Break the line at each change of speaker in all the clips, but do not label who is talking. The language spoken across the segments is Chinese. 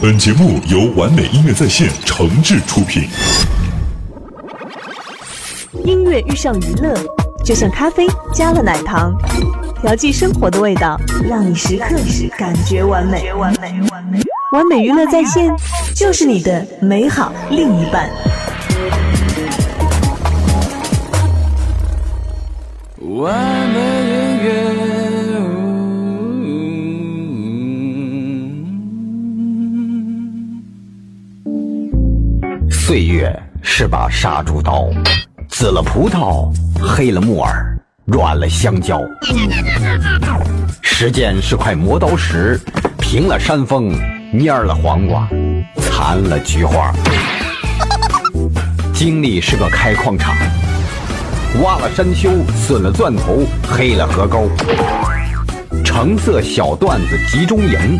本节目由完美音乐在线诚挚出品。
音乐遇上娱乐，就像咖啡加了奶糖，调剂生活的味道，让你时刻感觉完美。完美娱乐在线，就是你的美好另一半。
完美音乐。嗯
岁月是把杀猪刀，紫了葡萄，黑了木耳，软了香蕉。时间是块磨刀石，平了山峰，蔫儿了黄瓜，残了菊花。经历是个开矿场，挖了山丘，损了钻头，黑了河沟。橙色小段子集中营，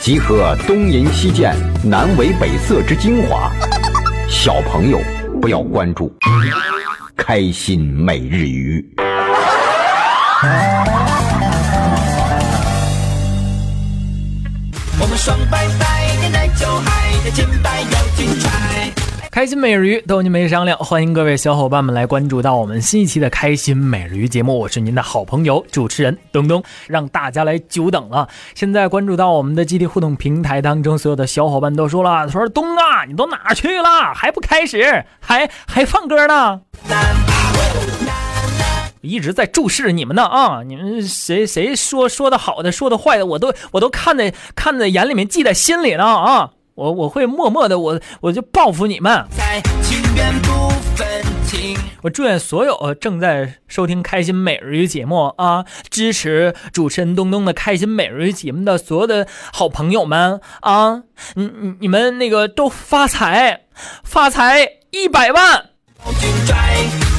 集合东银西涧、南为北色之精华。小朋友不要关注，开心每日鱼。
我们双白带点奶酒，还带金白要精彩。
开心每日鱼逗您没商量，欢迎各位小伙伴们来关注到我们新一期的开心每日鱼节目，我是您的好朋友主持人东东，让大家来久等了。现在关注到我们的集体互动平台当中，所有的小伙伴都说了，说东啊，你都哪儿去了？还不开始，还还放歌呢？一直在注视你们呢啊！你们谁谁说说的好的，说的坏的，我都我都看在看在眼里面，记在心里呢啊！我我会默默的，我我就报复你们。
在情愿不分青
我祝愿所有呃正在收听《开心每日鱼》节目啊，支持主持人东东的《开心每日鱼》节目的所有的好朋友们啊，你你你们那个都发财，发财一百万！
要精彩。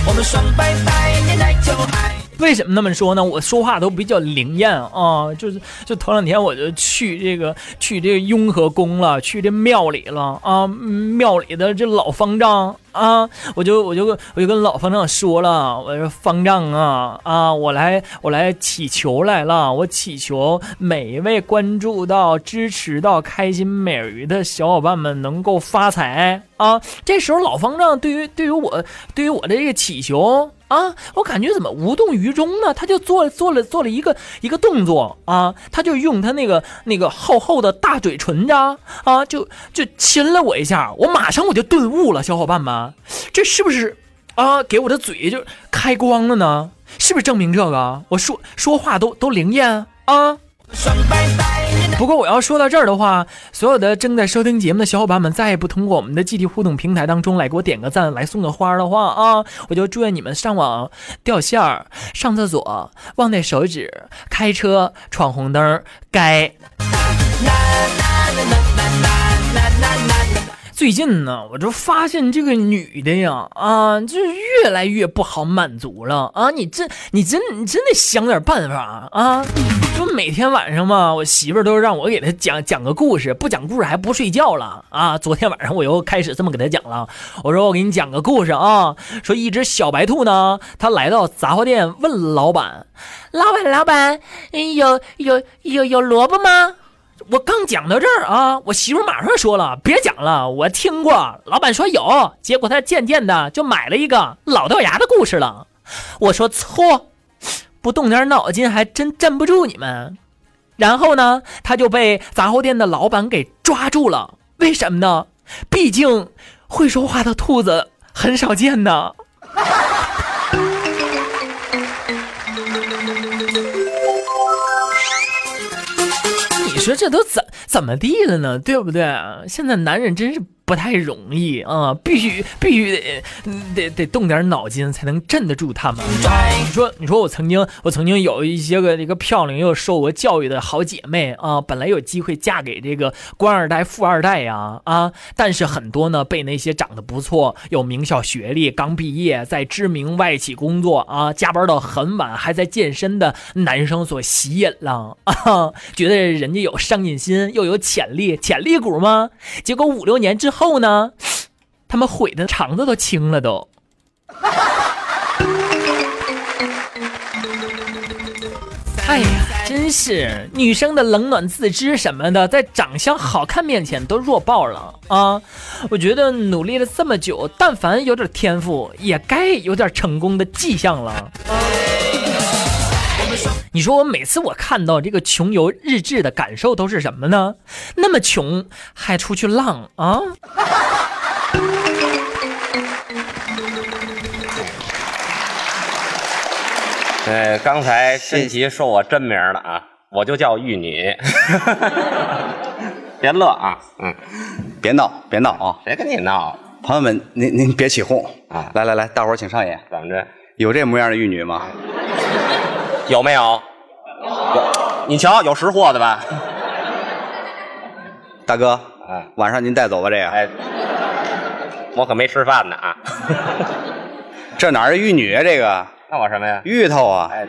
我们双白带点奶酒，还
为什么那么说呢？我说话都比较灵验啊，就是就头两天我就去这个去这个雍和宫了，去这庙里了啊，庙里的这老方丈啊，我就我就我就跟老方丈说了，我说方丈啊啊，我来我来祈求来了，我祈求每一位关注到支持到开心美鱼的小伙伴们能够发财啊。这时候老方丈对于对于我对于我的这个祈求。啊，我感觉怎么无动于衷呢？他就做做了做了一个一个动作啊，他就用他那个那个厚厚的大嘴唇子啊啊，就就亲了我一下，我马上我就顿悟了，小伙伴们，这是不是啊？给我的嘴就开光了呢？是不是证明这个？我说说话都都灵验啊？
双白带点奶
不过我要说到这儿的话，所有的正在收听节目的小伙伴们，再也不通过我们的集体互动平台当中来给我点个赞，来送个花儿的话啊，我就祝愿你们上网掉线儿、上厕所忘带手纸、开车闯红灯儿、该。最近呢，我就发现这个女的呀，啊，就是越来越不好满足了啊！你这，你真，你真得想点办法啊！就每天晚上嘛，我媳妇儿都让我给她讲讲个故事，不讲故事还不睡觉了啊！昨天晚上我又开始这么给她讲了，我说我给你讲个故事啊，说一只小白兔呢，它来到杂货店问老板，老板老板，嗯有有有有萝卜吗？我刚讲到这儿啊，我媳妇马上说了，别讲了，我听过，老板说有，结果他渐渐的就买了一个老掉牙的故事了。我说错，不动点脑筋还真镇不住你们。然后呢，他就被杂货店的老板给抓住了，为什么呢？毕竟会说话的兔子很少见呢。你说这都怎怎么地了呢？对不对？现在男人真是不太容易啊，必须必须得嗯得得动点脑筋才能镇得住他们。
拽
你说，你说我曾经，我曾经有一些个这个漂亮又受过教育的好姐妹啊，本来有机会嫁给这个官二代、富二代呀啊但是很多呢被那些长得不错、有名校学历、刚毕业在知名外企工作啊，加班到很晚还在健身的男生所吸引了啊，觉得人家有上进心又有潜力，潜力股吗？结果五六年之后呢，他们悔的肠子都青了都。哎呀，真是女生的冷暖自知什么的，在长相好看面前都弱爆了啊！我觉得努力了这么久，但凡有点天赋，也该有点成功的迹象了。你说我每次我看到这个穷游日志的感受都是什么呢？那么穷还出去浪啊！
呃，刚才申琦说我真名了啊，我就叫玉女，别乐啊，嗯，
别闹，别闹啊！
谁跟你闹？
朋友们，您您别起哄
啊
来来来，大伙儿请上演。
怎么着？
有这模样的玉女吗？
哎有没有？有，你瞧，有识货的吧？
大哥，
啊
晚上您带走吧，这个、
哎，我可没吃饭呢啊，
这哪是玉女啊？这个
那我什么呀？
芋头啊！
哎，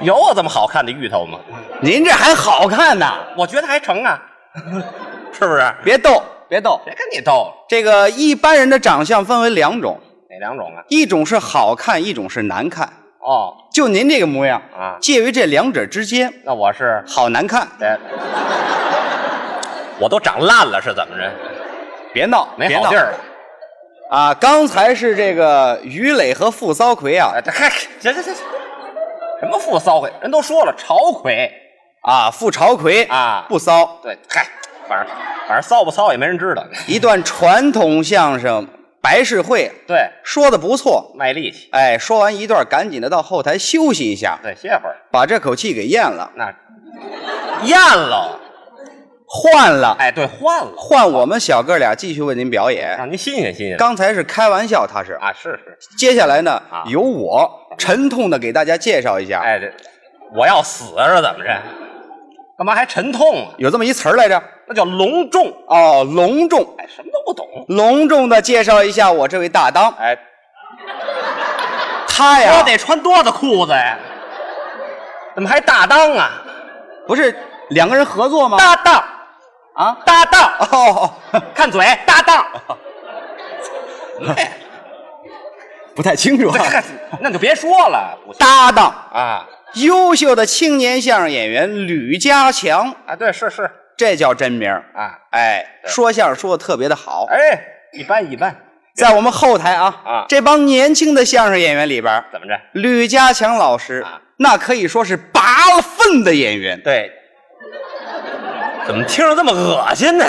有我这么好看的芋头吗？
您这还好看呢，
我觉得还成啊，是不是？
别逗，别逗。
别跟你逗了，
这个一般人的长相分为两种，
哪两种啊？
一种是好看，一种是难看。
哦，
就您这个模样
啊
介于这两者之间，
那我是，
好难看。
哎， 我都长烂了是怎么着？
别闹，
没
别
好
闹
地儿了。
啊！刚才是这个于磊和付骚奎啊
哎，这嗨，行行行行，什么富骚鬼？人都说了，晁魁。
啊，付朝奎
啊
不骚，
对，嗨，反正反正骚不骚也没人知道。
一段传统相声白事会
对，
说的不错。
卖力气。
哎，说完一段，赶紧的到后台休息一下，
对，歇会儿。
把这口气给咽了，
那咽了。
换了，
哎，对，换了，
换我们小哥俩继续为您表演。
让您新鲜新鲜。
刚才是开玩笑，他是。
啊，是是。
接下来呢
啊，
由我沉痛的给大家介绍一下，
哎，这我要死啊是怎么着？干嘛还沉痛啊？
有这么一词儿来着，
那叫隆重。
哦，隆重，
哎，什么都不懂。
隆重的介绍一下我这位大当，
哎，
他
我
呀，
得穿多大裤子呀？怎么还大裆啊？
不是两个人合作吗？
搭档
啊，
搭档。
哦，
看嘴，哦搭档，
不太清楚啊，
那你就别说了。不行
搭档，
啊
优秀的青年相声演员吕家强，
啊，对，是是
这叫真名儿
啊，
哎，说相声说的特别的好，
哎，一般一般，
在我们后台啊，
啊
这帮年轻的相声演员里边儿，
怎么着？
吕家强老师、
啊
那可以说是拔了粪的演员，
对，怎么听着这么恶心呢？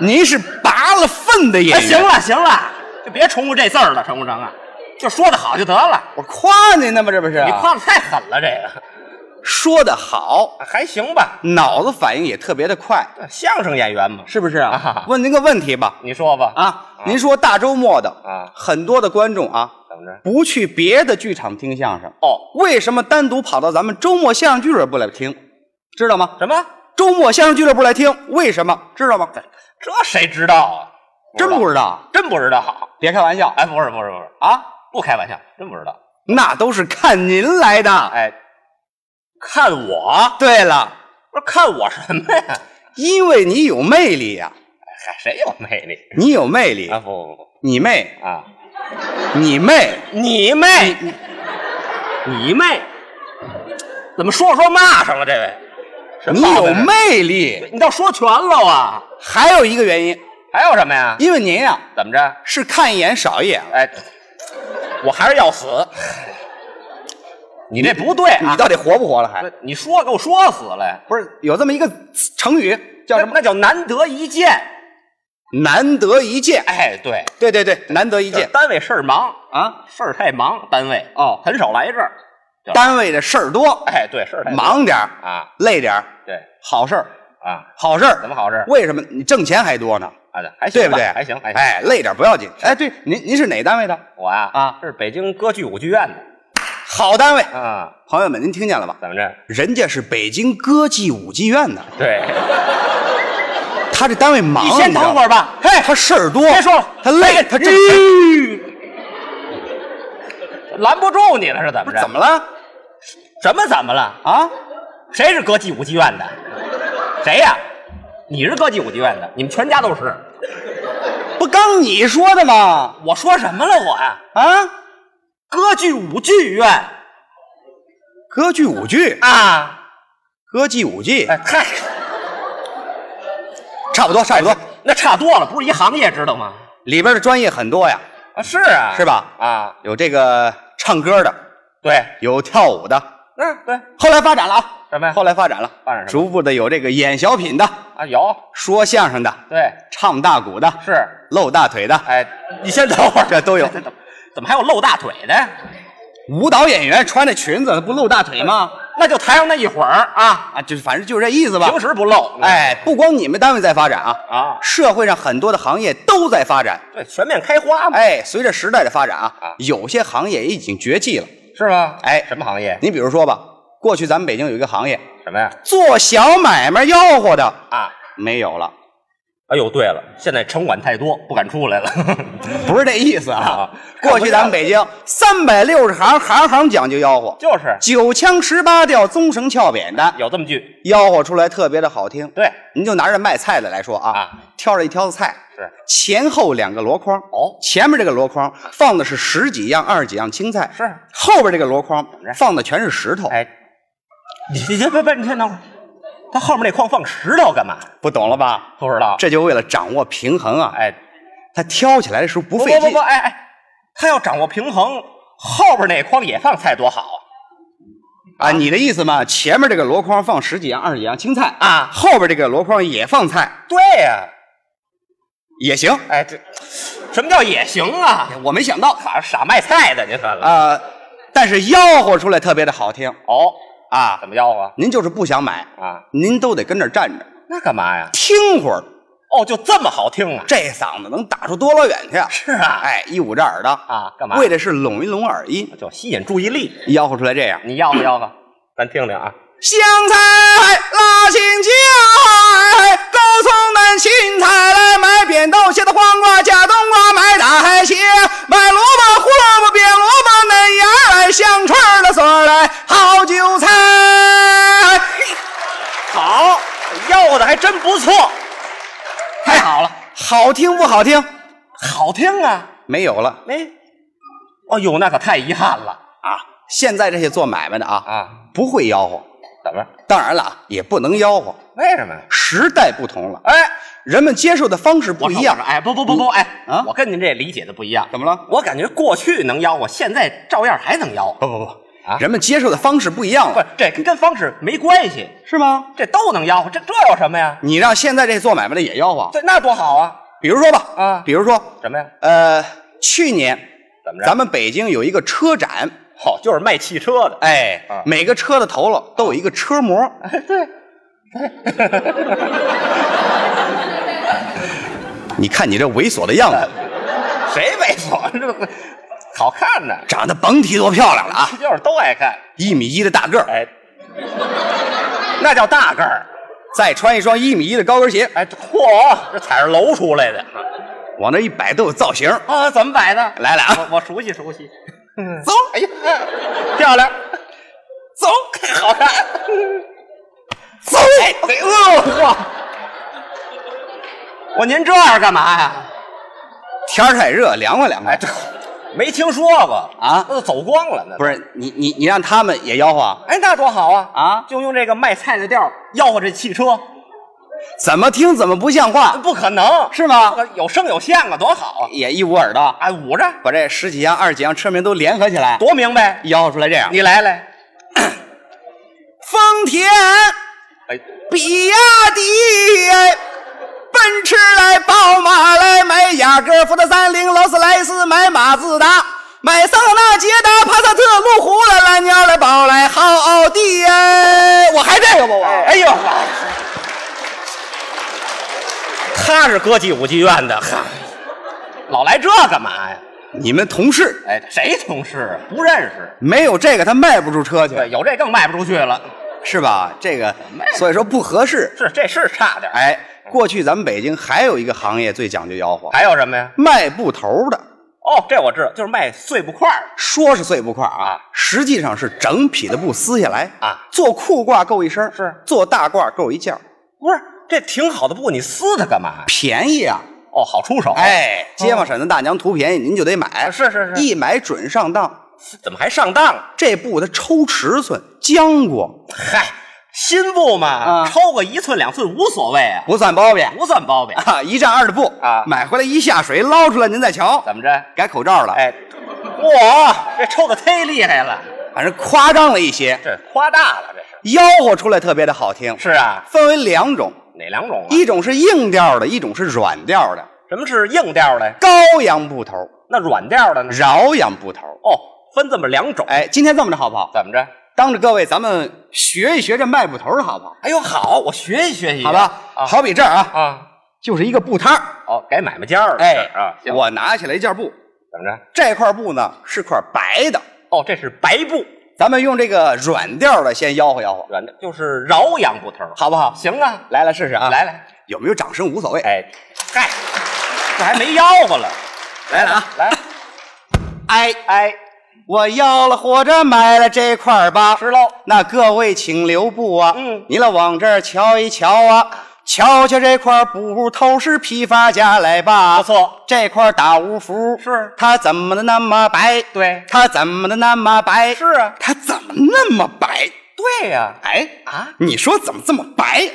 您是拔了粪的
哎，
演员。
行，了行了，就别重复这字儿了，成不成啊？就说的好就得了，
我夸您呢吗？这不是啊、
你夸的太狠了，这个
说的好，
还行吧？
脑子反应也特别的快，
相声演员嘛，
是不是啊？
啊
问您个问题吧，
你说吧
啊，您说大周末的
啊
很多的观众啊，
怎么着？
不去别的剧场听相声，
哦，
为什么单独跑到咱们周末相声俱乐部来听？知道吗？
什么？哎
周末相声俱乐部来听，为什么？知道吗？
这谁知道啊？
真不知道，
真不知道。
别开玩笑
哎，不是不是不是，
啊！
不开玩笑，真不知道。
那都是看您来的。
哎，看我，
对了，
不是看我什么呀？
因为你有魅力呀、
嗨，谁有魅力
你有魅力，
啊？不不不
你妹，
啊！
你妹，
你妹，你妹，怎么说着说骂上了？这位，什么
你
毛
有
病这是，
魅力。
你倒说全了啊！
还有一个原因，
还有什么呀？
因为您呀、
怎么着？
是看一眼少一眼，
哎，我还是要死。你这不对啊！
你到底活不活了还？
你说给我说死了，
不是有这么一个成语叫
那
什么？
那叫难得一见。
难得一见。
哎，对，
对对对，难得一
就是
见
单位事儿忙，
啊！
事儿太忙，单位
哦
很少来这儿。对
单位的事儿多，
哎，对，事儿太多
忙点儿
啊，
累点儿
对
好事儿，
啊，
好事儿。
怎么好事儿
为什么你挣钱还多呢？
啊，对还行
对
吧
不对？
还行，还行。
哎，累点儿不要紧。哎，对，您您是哪单位的？
我啊
啊
这是北京歌剧舞剧院的
好单位，
啊，
朋友们，您听见了吧？
怎么着？
人家是北京歌剧舞剧院的，
对，
他这单位忙。
你先
知道
等会儿吧。
嘿，他事儿多，
别说了，
他累，他挣钱。
拦不住你了是怎
不
么
是
着？
怎么了
什么怎么了？
啊？
谁是歌剧舞剧院的？谁呀？你是歌剧舞剧院的，你们全家都是。
不刚你说的吗？
啊我说什么了我呀？
啊？
歌剧舞剧院，
歌剧舞剧，
啊！
歌剧舞剧，
哎嗨，
差不多差不多，
那差多了，不是一行业，知道吗？
里边的专业很多呀，
啊，是啊，
是？吧？
啊，
有这个唱歌的，
对，
有跳舞的，
嗯，对，
后来发展了啊，
什么呀？
后来发展了，
发展什么
逐步的有这个演小品的，
啊，有，
说相声的，
对，
唱大鼓的，
是，
露大腿的，
哎， 你先等 会儿，
这都有
怎么怎么还有露大腿的？
舞蹈演员穿着裙子不露大腿吗？
那就台上那一会儿啊，
啊，就是反正就是这意思吧
平。时不露，
哎，不光你们单位在发展啊，
啊，
社会上很多的行业都在发展。
对，全面开花嘛，
哎，随着时代的发展
啊
啊，有些行业已经绝迹了。
是吧？
哎
什么行业？
你比如说吧，过去咱们北京有一个行业，
什么呀？
做小买卖吆喝的
啊，
没有了，
哎呦，对了，现在城管太多，不敢出来了。
不是这意思啊
啊。
过去咱们北京三百六十行，行行讲究吆喝，
就是
九腔十八调，综绳翘扁担，
有这么句，
吆喝出来特别的好听。
对，
您就拿着卖菜的来说啊，
啊
挑着一挑子菜，
是
前后两个箩筐，
哦
前面这个箩筐放的是十几样、二十几样青菜，
是
后边这个箩筐
着
放的全是石头，
哎，你你先别别，你先等会儿，他后面那筐放石头干嘛？
不懂了吧？
不知道。
这就为了掌握平衡啊！
啊哎，
他挑起来的时候不
不
费劲，
不不不，哎哎，他要掌握平衡，后边那筐也放菜多好啊！
啊，你的意思嘛？前面这个箩筐放十几样、二十几样青菜
啊
后边这个箩筐也放菜
对呀、
也行。
哎这什么叫也行啊？
我没想到
傻傻卖菜的，您算了。
啊、但是吆喝出来特别的好听
哦，
啊
怎！么吆喝
您就是不想买，
啊？
您都得跟这儿站着
那干嘛呀？
听会儿，
哦，就这么好听啊？
这嗓子能打出多老远去啊？
是啊
哎，一捂着耳朵
啊干嘛
为的是拢一拢耳音，
就吸引注意力。
吆喝出来这样：
你吆喝吆喝，咱听听啊。
香菜拉青椒，高哎葱嫩青菜来买扁豆、茄子、黄瓜、假冬瓜，买大海鲜，买萝卜、胡萝卜、扁萝卜、嫩芽来，香椿儿的笋儿来，好韭菜。
好，吆喝的还真不错，太好了，
好听不好听？
好听啊！
没有了
哎，哦呦，那可太遗憾了
啊！现在这些做买卖的啊，
啊！
不会吆喝，
怎么？
当然了啊，也不能吆喝。
为什么呀？
时代不同了，
哎，
人们接受的方式不一样
我说。哎，不不不不，哎
啊
我跟您这理解的不一样。
怎么了？
我感觉过去能吆喝，现在照样还能吆喝。
不不不，
啊
人们接受的方式不一样
不
了，，
这跟方式没关系，
是吗？
这都能吆喝，这这有什么呀？
你让现在这做买卖的也吆喝，
这那多好啊！
比如说吧，
啊
比如说，
什么呀？
呃，去年
怎么着？
咱们北京有一个车展，
好、就是卖汽车的。
哎，
啊
每个车的头了都有一个车模，
对，
你看你这猥琐的样子，
谁猥琐？这个好看呢，
长得甭提多漂亮了啊，
就是都爱看。
一米一的大个儿，
哎，那叫大个儿。
再穿一双一米一的高跟鞋，
哎，嚯，这踩着楼出来的
往那一摆都有造型。
啊？怎么摆的？
来了啊，
我我熟悉熟悉。
走，
哎呀，漂亮，走，好看。
走，
哎，哎呦，嚯！我您这样干嘛呀？
天儿太热，凉快凉快。
哎，这没听说过
啊
那都走光了，那
不
是？
是你你你让他们也吆喝啊，
哎，那多好啊！
啊
就用这个卖菜的调儿吆喝这汽车，
怎么听怎么不像话，
啊不可能
是吗？
有声有线啊，多好啊！
也一捂耳朵，
哎，捂着
把这十几样、二十几样车名都联合起来，
多明白。
吆喝出来这样：
你来来，
丰田、
哎，
比亚迪、奔驰来、宝马来、买雅阁、福特三菱、劳斯莱斯、买马自达、买桑塔纳、捷达、帕萨特、路虎来、蓝鸟来、宝来、豪奥迪哎，我还这个吧我。
哎呦，他是歌剧舞剧院的，哈，老来这干嘛呀？
你们同事
哎，谁同事啊？不认识。
没有这个他卖不出车去，
对，有这更卖不出去了。
是吧？这个所以说不合适。
是，这是差点。，
哎，过去咱们北京还有一个行业最讲究吆喝，哎
还有什么呀？
卖布头的。
哦，这我知道，就是卖碎布块儿
说是碎布块儿啊
啊，
实际上是整匹的布撕下来
啊。
做裤褂够一身儿，
是
做大褂够一件儿，
不是，这挺好的布，你撕它干嘛呀？
便宜啊！哎
哦，好出手。，啊
哎，街坊婶子大娘图便宜，您就得买，
是是是
一买准上当。
怎么还上当了？
这步他抽尺寸，将过，
嗨，新布嘛，
啊
超过一寸两寸无所谓啊，
不算包庇。
不算包庇。
啊，一丈二的布
啊
买回来一下水捞出来，您再瞧，
怎么着？
改口罩了？，
哎，哇，这抽的忒厉害了，
反正夸张了一些，
这夸大了，这是。
吆喝出来特别的好听。
是啊，
分为两种，
哪两种啊？
一种是硬调的，一种是软调的。
什么是硬调的？
高扬布头，
那软调的呢？
饶扬布头。
哦，分这么两种。，
哎，今天这么着好不好？
怎么着？
当着各位，咱们学一学这卖布头的好不好？
哎呦，好，我学习学习，
好吧，
啊
好比这儿啊，
啊，
就是一个布摊儿。
哦，改买卖价了，
哎
这是啊，行，
我拿起来一件布，
怎么着？
这块布呢是块白的，
哦，这是白布，
咱们用这个软调的先吆喝吆喝，
软的，就是饶阳布头，
好不好？
行啊，
来来试试啊，
来来，
有没有掌声无所谓。
哎，嗨，这还没吆喝了，
来了啊，
来，
哎，
哎，
我要了活着买了这块吧，
吃喽，
那各位请留步啊，
嗯
你来往这儿瞧一瞧啊，瞧瞧这块布头是批发价来吧，
不错，
这块打五服
是
它怎么的那么白？
对
它怎么的那么白？
是啊
它怎么那么白？
对呀，
哎，
啊，
你说怎么这么白？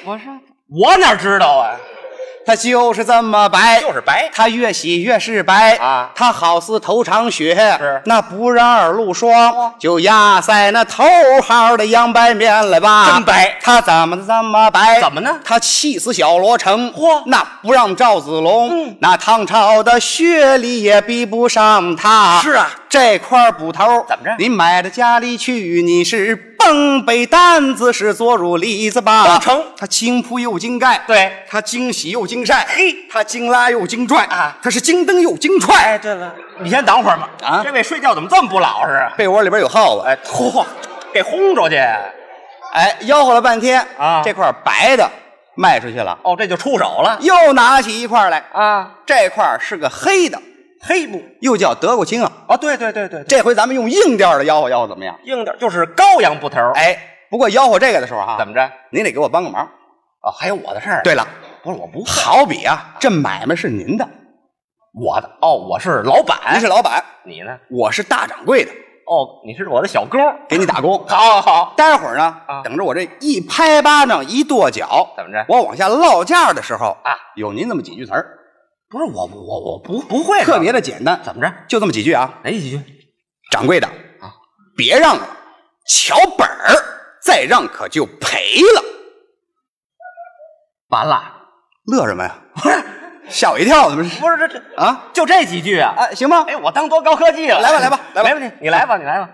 我哪知道啊，
它就是这么白，
就是白，
它越洗越是白
啊
它好似头场雪，
是哦
那不染二路霜，就压在那头号的洋白面了吧？
真白
它怎么这么白？
怎么呢
它气死小罗成，
嚯
那不让赵子龙，
嗯
那唐朝的薛礼也比不上他。
是啊，
这块捕头
怎么着
你买到家里去，你是蹦北担子，是左乳栗子吧？
都成
它精铺又精盖，
对
它精洗又精晒，
嘿
它精拉又精拽
啊
它是精蹬又精踹。
哎，对了，你先等会儿吧，
啊
这位睡觉怎么这么不老实啊？
被窝里边有耗子，
哎，嚯，给轰出去，
哎，吆喝了半天
啊
这块白的卖出去了，
哦，这就出手了
又拿起一块来，
啊，
这块是个黑的，
黑布
又叫德国青啊。
啊，对对对对，对
这回咱们用硬调的吆喝吆喝怎么样？
硬点就是羔羊布头，哎，
哎，不过吆喝这个的时候哈，
怎么着？
您得给我帮个忙。
啊，还有我的事儿？
对，了，
不是我不好，
好比啊，这买卖是您的，
我的哦，我是老板，
您是老板，
你呢？
我是大掌柜的，
哦，你是我的小工，
给你打工。
好好好，
待会儿呢，
啊
等着我这一拍巴掌一跺脚，
怎么着
我往下落架的时候
啊，
有您那么几句词儿，
不是我我我不不会
特别的简单，
怎么着？
就这么几句啊。
哪几句？
掌柜的啊，别让了，瞧本儿，再让可就赔了。
完了，
乐什么呀？ 吓我一跳，怎么是
不是这这
啊？
就这几句啊？
啊，行吗？
哎，我当多高科技了，
来吧 来吧来吧
没问题，你来吧你来吧，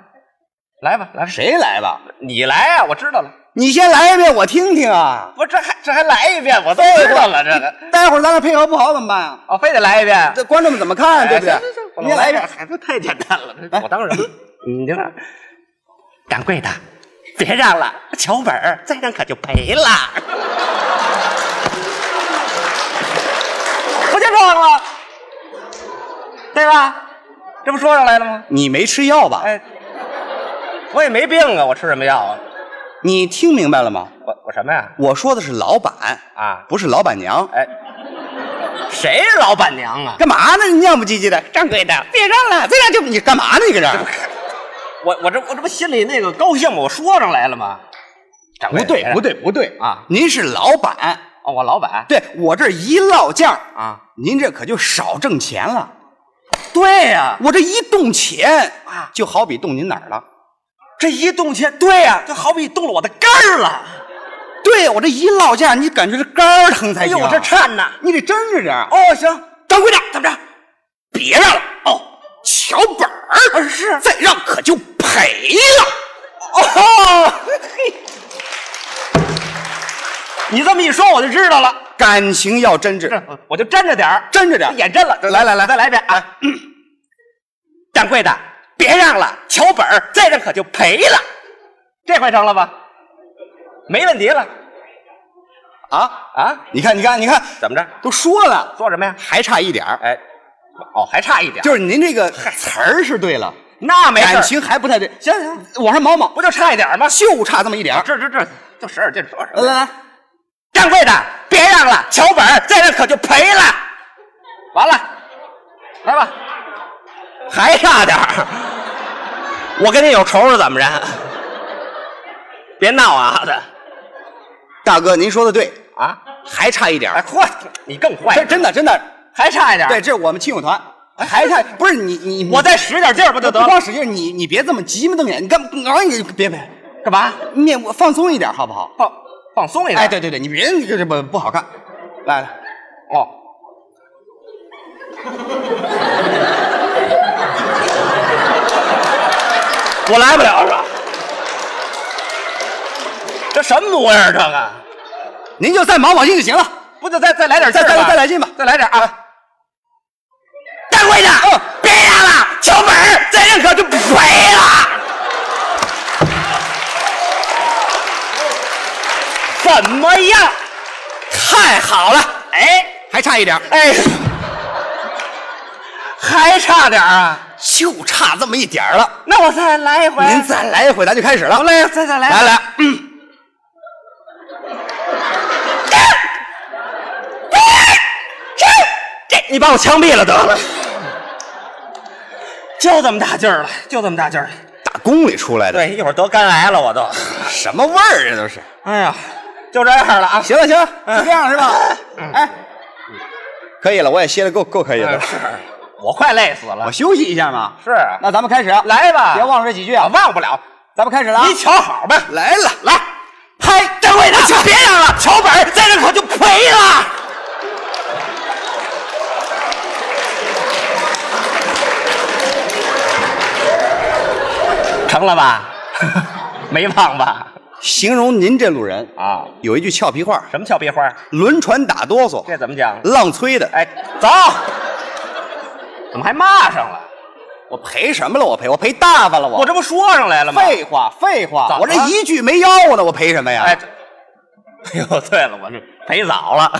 来吧来吧，
谁来吧？
你来啊？我知道了，
你先来一遍，我听听啊。
不是这还这还来一遍，我都知道了这个，
待会儿咱俩配合不好怎么办啊？
哦，非得来一遍，
这观众们怎么看，啊对不对
哎行行行？我
你先来一遍。
孩子太简单了，这我当 然。你这个掌柜的，别让了，瞧本儿，再让可就赔了。不就这样了，对吧？这不说上来了吗？
你没吃药吧？
哎，我也没病啊，我吃什么药啊？
你听明白了吗？
我我什么呀？
我说的是老板
啊
不是老板娘。
哎，谁是老板娘啊？
干嘛呢？你尿不唧唧的，掌柜的，别让了，再让就你干嘛呢？你搁这儿
我我这我这不心里那个高兴吗？我说上来了吗？掌柜
不
的
对，不，对，不对
啊！
您是老板，
哦，我老板
对我这一落价儿，
啊。
您这可就少挣钱了。
对呀、
我这一动钱
啊
就好比动您哪儿了？
这一动钱，对呀、就好比动了我的肝儿了。
对我这一落价，你感觉这肝儿疼
哎
才
呦，
行。啊
我这颤呐！
你得真着点儿。
哦，行，
掌柜的，
怎么着？
别让了哦，瞧本儿，
是
再让可就赔了。啊哦，
你这么一说，我就知道了。
感情要真挚，
这我就沾着点儿，
真着点儿。
也真了。
来来来
再来一遍啊！嗯掌柜的，别让了，瞧本儿，再让可就赔了。这回成了吧？没问题了
啊！
啊？
你看，你看，你看，
怎么着？
都说了，
说什么呀？
还差一点儿。
哎，哦，还差一点，
就是您这个词儿是对了，
那没事儿
感情还不太对。
行行，
往上卯卯，
不就差一点儿吗？
就差这么一点儿。
这这这，就使点劲说什
来
么呀？
来来，
掌柜的，别让了，瞧呃本儿，再让可就赔了。完了，来吧，还差点儿，我跟你有仇是怎么着？别闹啊！
大哥，您说的对啊，
还差一点
哎，
儿，
嚯，
你更坏
这，真的真的，
还差一点儿。
对，这是我们亲友团，哎还差不是你你，
我再使点劲儿不
不
就得
不
了？
光使劲，你你别这么急么瞪眼，你干嘛？你别别，
干嘛？
面我放松一点好不好？
放放松一点。
哎，对对对，你别你这这不不好看，来来，
哦，我来不了是吧？这什么模样？这个
您就再忙往进就行了，
不得再再来点劲
再
儿
再
吧
再来劲吧，
再来点啊！单位的，别让了，小哦本儿再认可就赔了。怎么样？太好了！哎
还差一点，
哎，还差点儿啊！
就差这么一点儿了。
那我再来一回。
您再来一回，咱就开始了。
来，再再来
来来，嗯
这你把我枪毙了得了。就这么大劲儿了，就这么大劲儿了。
打宫里出来的，
对，一会儿得肝癌了，我都。
什么味儿啊？这都是。
哎呀，就这样了啊！
行了行了，就这样是吧？哎，可以了，我也歇的够够可以了
嗯，，是，我快累死了
我。休息一下嘛。
是
那咱们开始啊，
来吧，
别忘了这几句啊
我，忘不了。
咱们开始了啊。
你瞧好吧，
来了，
来，嗨，单位的，别让了，桥本儿再让可就赔了。成了 吧？没忘吧？
形容您这路人
啊，
有一句俏皮话
什么俏皮话？：“
轮船打哆嗦，
这怎么讲？
浪催的。”
哎，走，怎么还骂上了？
我赔什么了？我赔，我赔大发了，我
我这不说上来了吗？
废话废
怎
话，
么
我这
了
一句没吆喝呢，我赔什么呀？
哎，这 哎呦，对了，我这赔早了。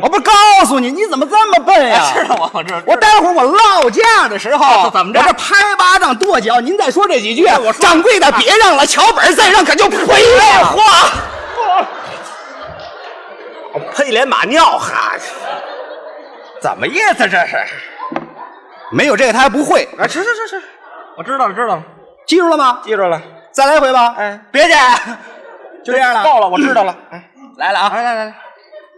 我不是告诉你，你怎么这么笨呀？
知道我哎啊我知道啊
我待会儿我落架的时候，
怎么着哎
我这拍巴掌跺脚，您再说这几句。
我说啊
掌柜的，别让了，桥本再让可就赔了。
嚯！我喷一脸马尿哈，怎么意思这是？
没有这个他还不会，
啊，是是是是，我知道了知道了，
记住了吗？
记住了。
再来一回吧。
哎，
别介，就这样了。
够啊了，我知道了。哎，
来了啊！
来来来来，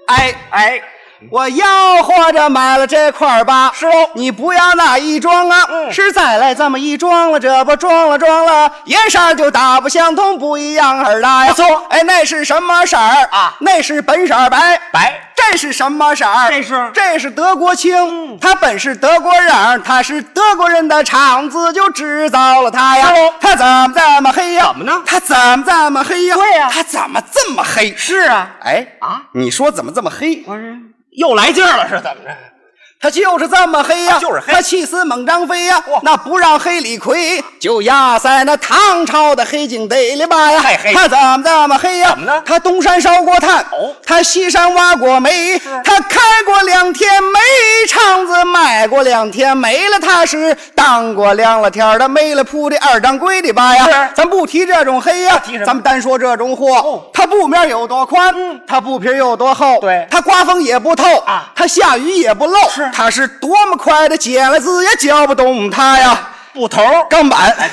哎，
哎，
我吆喝着买了这块儿吧。
是哦
你不要那一装啊，
嗯
是再来这么一装了，这不装了装了，颜色儿就大不相同，不一样儿啦呀。
不错
哎，那是什么色儿
啊
那是本色儿白。
白
这是什么色儿？
这是嗯
这是德国青，他本是德国人，他是德国人的厂子就制造了他呀
是哦。
他怎么这么黑呀？
怎么呢
他怎么这么黑呀？
对呀
他怎么这么黑？
是啊，
哎
啊，
你说怎么这么黑？
我是又来劲儿了是怎么着？
他就是这么黑呀、
啊就是黑
他气死猛张飞呀、
哇
那不让黑李逵，就压在那唐朝的黑警队里吧呀。
太黑
他怎么这么黑呀、
怎么呢
他东山烧过炭，
哦
他西山挖过煤，他开过两天煤厂子，卖过两天煤了他是当过亮了天儿的，没了铺的二掌柜的吧呀
是。
咱不提这种黑呀、
提什么
咱们单说这种货，
哦嗯
它布面有多宽，它布皮有多厚，
对
它刮风也不透
啊
它下雨也不漏，
是
它是多么快的解了字也搅不动它呀。
布头
钢板
哎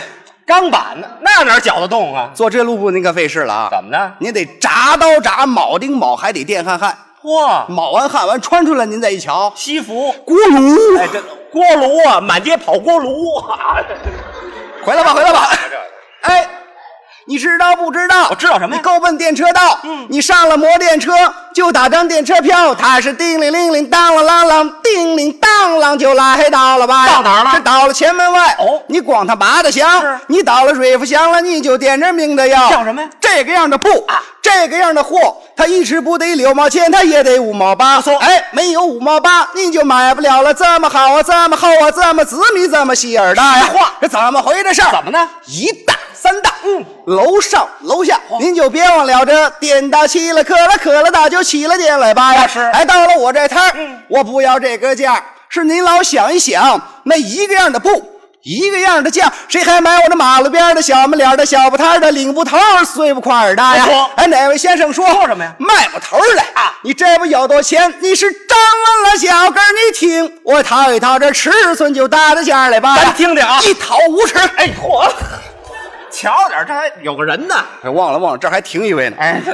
钢板呢？那哪儿搅得动啊？
做这路布您可费事了啊！
怎么呢？
您得铡刀铡，铆钉铆，还得电焊焊，
嚯，
铆完焊完穿出来，您再一瞧，
西服，
咕噜，
哎，这锅炉啊，满街跑锅炉啊！
回来吧，回来吧。哎，你知道不知道？
我知道什么呀
你够奔电车道，嗯，你上了摩电车就打张电车票，它是叮铃铃铃当啷啷啷，叮铃当啷就来到了吧呀？
到哪儿了
是到了前门外。
哦
你光他麻的
是
香，你到了水府乡了，你就点着名的要
叫什么呀
这个样的布啊，这个样的货，它一尺不得六毛钱，它也得五毛八。哎，没有五毛八，你就买不了了。这么好啊，这么厚啊，这么紫米，这么细耳大呀！
实话
这怎么回的事儿？
怎么呢？
一大三大，嗯，楼上楼下，您就别忘了这点到齐了，渴了渴了，那就起了点来吧呀。
那是
哎，到了嗯我这摊儿，我不要这个价，是您老想一想，那一个样的布，一个样的价，谁还买我那马路边的小门脸的小布摊的领布头儿碎布块儿的呀
哎说？
哎，哪位先生说
说什么呀
卖布头儿来
啊
你这不有多钱？你是张了小根儿，你听我掏一掏这尺寸就搭到价来吧。
咱听听啊
一掏五尺。
哎，嚯，瞧点儿，这还有个人呢。
哎，忘了忘了，这儿还停一位呢，
哎，这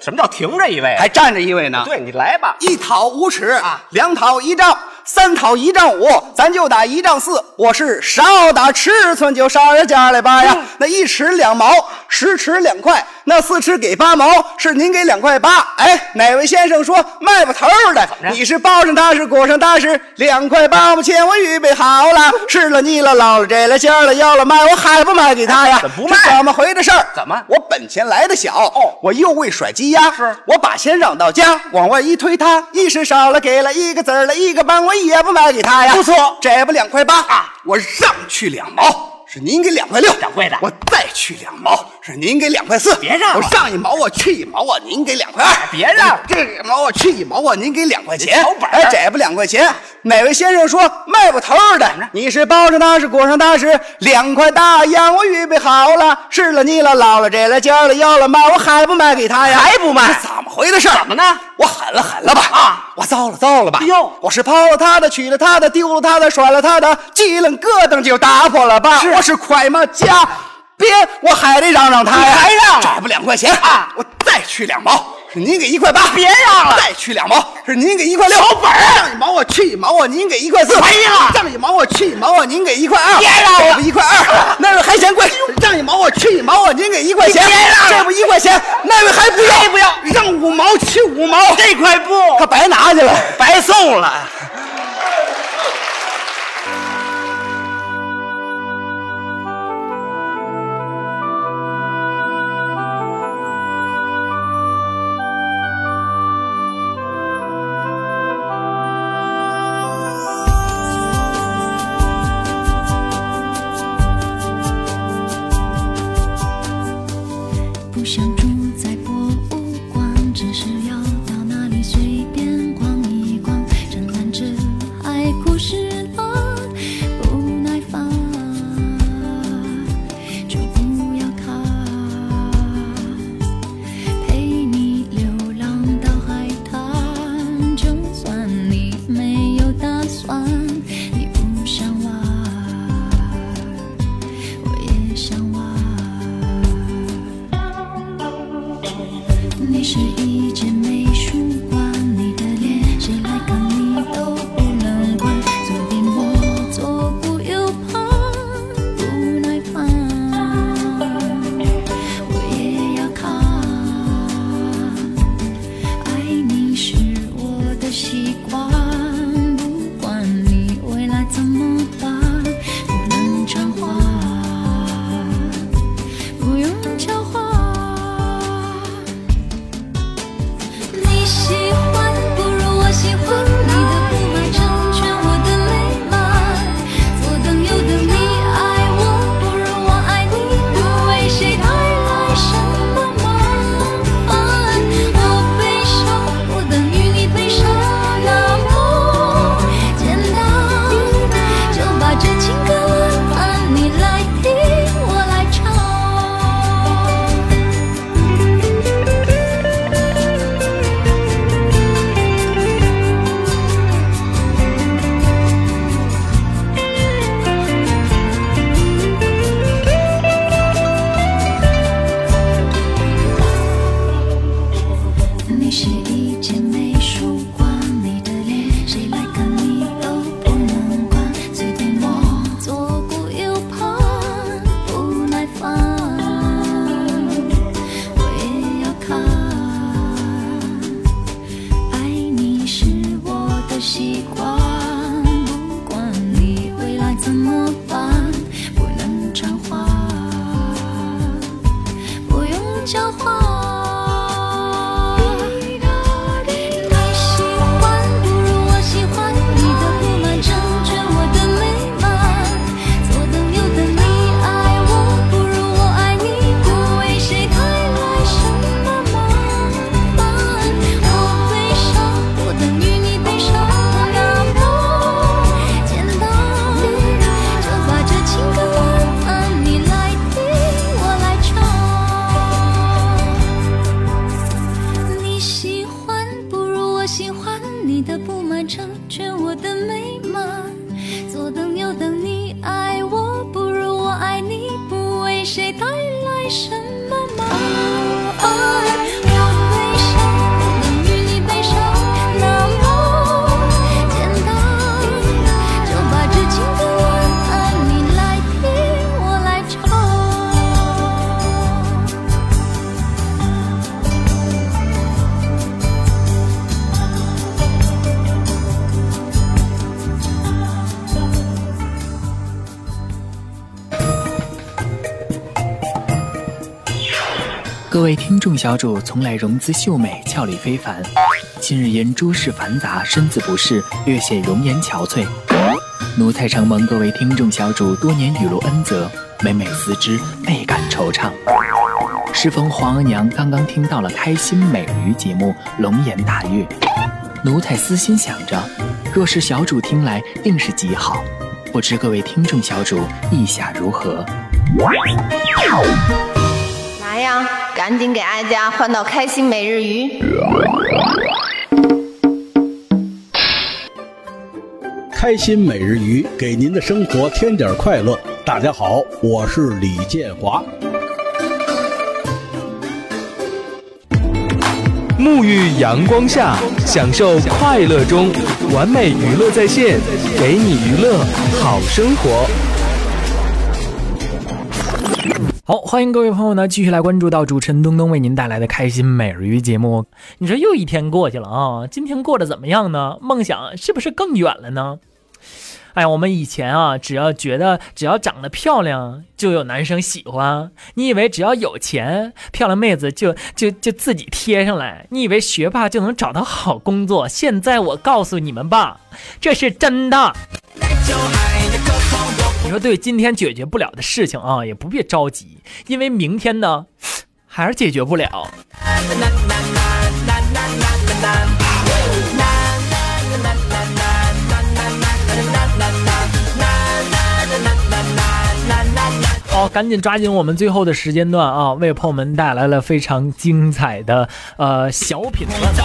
什么叫停这一位？啊
还站着一位呢。
对你来吧。
一讨五尺啊，两讨一丈，三讨一丈五，咱就打一丈四。我是少打尺寸就少人家来吧呀，
嗯
那一尺两毛，十尺两块，那四尺给八毛，是您给两块八。哎，哪位先生说卖不头儿的？
着
你是包上踏实，裹上踏实，两块八毛钱我预备好了，吃了腻了老了这了尖儿了腰了卖，我还不卖给他呀？
怎么不卖啊
是怎么回的事儿？
怎么
我本钱来的小，
哦
我又会甩鸡鸭，
是
我把钱嚷到家，往外一推他，一时少了给了一个子儿了一个半，我也不买给他呀。
不错
这不两块八啊，我让去两毛，是您给两块六，
掌柜的
我再去两毛，是您给两块四，
别让了
我上一毛我去一毛啊，您给两块二，
别让了
这一毛我去一毛啊，您给两块钱，
小本儿
哎，这不两块钱。哪位先生说卖不头儿的？你是包上踏实，裹上踏实，两块大洋我预备好了，吃了腻了，老了这了尖儿了腰了卖，我还不卖给他呀？还不卖？怎么回的事？怎么呢？我狠了狠了吧？啊，我糟了糟了吧？
哎呦
我是抛了他的，取了他的，丢了他的，甩了他的，机灵咯噔就打破了吧？我是快马加鞭，我还得让让他呀，
还让啊
这不两块钱啊？我再去两毛，是您给一块八，
别让了
再去两毛，是您给一块六，小本
啊
上一毛我去一毛啊，您给一块四，
哎呀
上一毛我去一毛啊，您给一块二，
别让了哎
这不一块 二，那位还嫌贵，让一毛我去一毛啊，您给一块钱，
别让了
这不一块钱，那位还不要，
还不要
让五毛去五毛，
这块布
他白拿去了，
白送了。
不想住在博物馆，只是要到哪里随便逛一逛，展览之你的不满，成全我的美满。左等右等，你爱我不如我爱你，不为谁带来什么麻烦。我悲伤，能与你悲伤那么简单，就把这情歌晚安你来听，我来唱。
各位听众小主从来融资秀美，俏丽非凡。近日因诸事繁杂，身子不适，略显容颜憔悴。奴才承蒙各位听众小主多年雨露恩泽，每每思之，倍感惆怅。适逢皇额娘刚刚听到了《开心美驴》节目，龙颜大悦。奴才私心想着，若是小主听来，定是极好。不知各位听众小主意下如何？
来呀，赶紧给哀家换到开心每日鱼。
开心每日鱼，给您的生活添点快乐。大家好，我是李建华。
沐浴阳光下，享受快乐中，完美娱乐在线，给你娱乐好生活。
好，欢迎各位朋友呢继续来关注到主持人东东为您带来的开心每日鱼节目。你说又一天过去了啊，今天过得怎么样呢？梦想是不是更远了呢？哎呀，我们以前啊，只要觉得只要长得漂亮就有男生喜欢，你以为只要有钱，漂亮妹子就就就自己贴上来，你以为学霸就能找到好工作？现在我告诉你们吧，这是真的。你说对今天解决不了的事情啊，也不必着急，因为明天呢还是解决不了。好，赶紧抓紧我们最后的时间段啊，为朋友们带来了非常精彩的呃小品段子。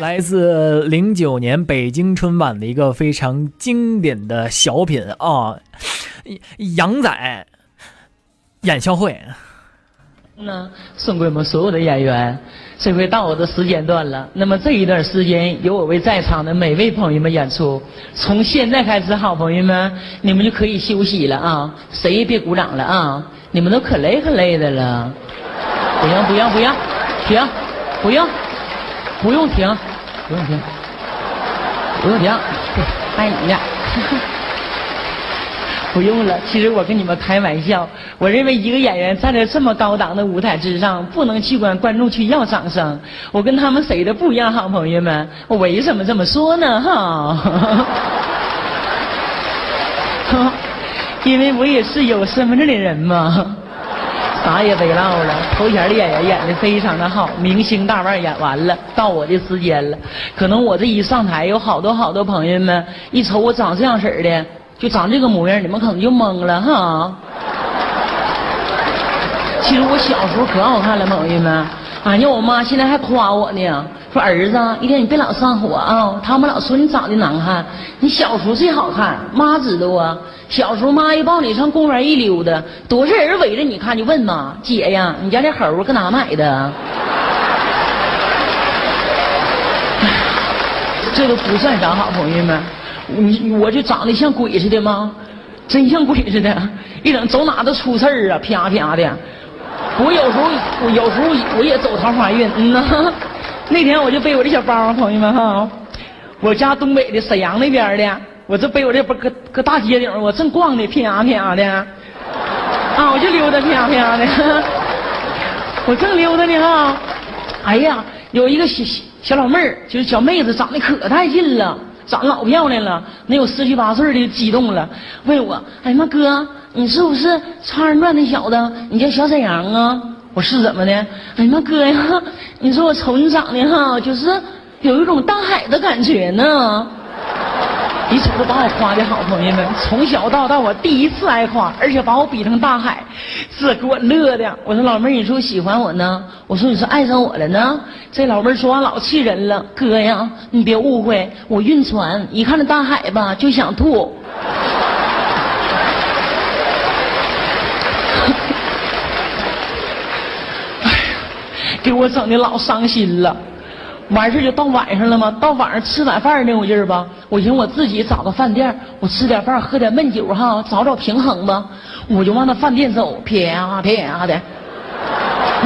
来自零九年北京春晚的一个非常经典的小品啊，杨仔演笑会。
呢，送给我们所有的演员。这回到我的时间段了，那么这一段时间由我为在场的每位朋友们演出。从现在开始，好朋友们，你们就可以休息了啊，谁也别鼓掌了啊，你们都可累可累的了。不用不用不用，停，不用，不用停，不用停，不用停，哎爱你俩。 不用了，其实我跟你们开玩笑，我认为一个演员站在这么高档的舞台之上，不能去管观众去要掌声。我跟他们谁的不一样，好朋友们，我为什么这么说呢？哈。 因为我也是有身份证的人嘛，啥也别唠了。头前的演员演的非常的好，明星大腕演完了，到我的时间了。可能我这一上台，有好多好多朋友们一瞅我长这样式儿的，就长这个模样，你们可能就懵了哈。其实我小时候可好看了，朋友们。俺、家我妈现在还夸我呢，说儿子啊，一天你别老上火啊。他们老说你长得难看，你小时候最好看。妈知道啊，小时候妈一抱你上公园一溜达，多少人围着你看，就问妈姐呀，你家那猴儿搁哪买的啊？这都不算啥，好朋友们。你我就长得像鬼似的吗？真像鬼似的，一整走哪都出事儿啊，啪啪的。我有时候，我有时候我也走桃花运，嗯呐。那天我就背我这小包，朋友们哈，我家东北的沈阳那边的，我这背我这包搁搁大街顶，我正逛呢，啪啪的，啊，我就溜达啪啪的，我正溜达呢哈，哎呀，有一个小小小老妹儿，就是小妹子，长得可带劲了，长得老漂亮了，能有十七八岁的，激动了，问我，哎妈哥，你是不是超人传那小子？你叫小沈阳啊？我是怎么的？哎妈哥呀，你说我瞅你长得哈，就是有一种大海的感觉呢。你瞅着把我夸的好，朋友们，从小到大我第一次挨夸，而且把我比成大海，这给我乐的。我说老妹儿，你说喜欢我呢？我说你是爱上我了呢？这老妹儿说话老气人了，哥呀，你别误会，我晕船，一看这大海吧就想吐。给我整的老伤心了。完事儿就到晚上了嘛，到晚上吃晚饭那股劲儿吧，我寻思我自己找个饭店儿，我吃点饭，喝点闷酒哈，找找平衡吧。我就往那饭店走，啪啪的。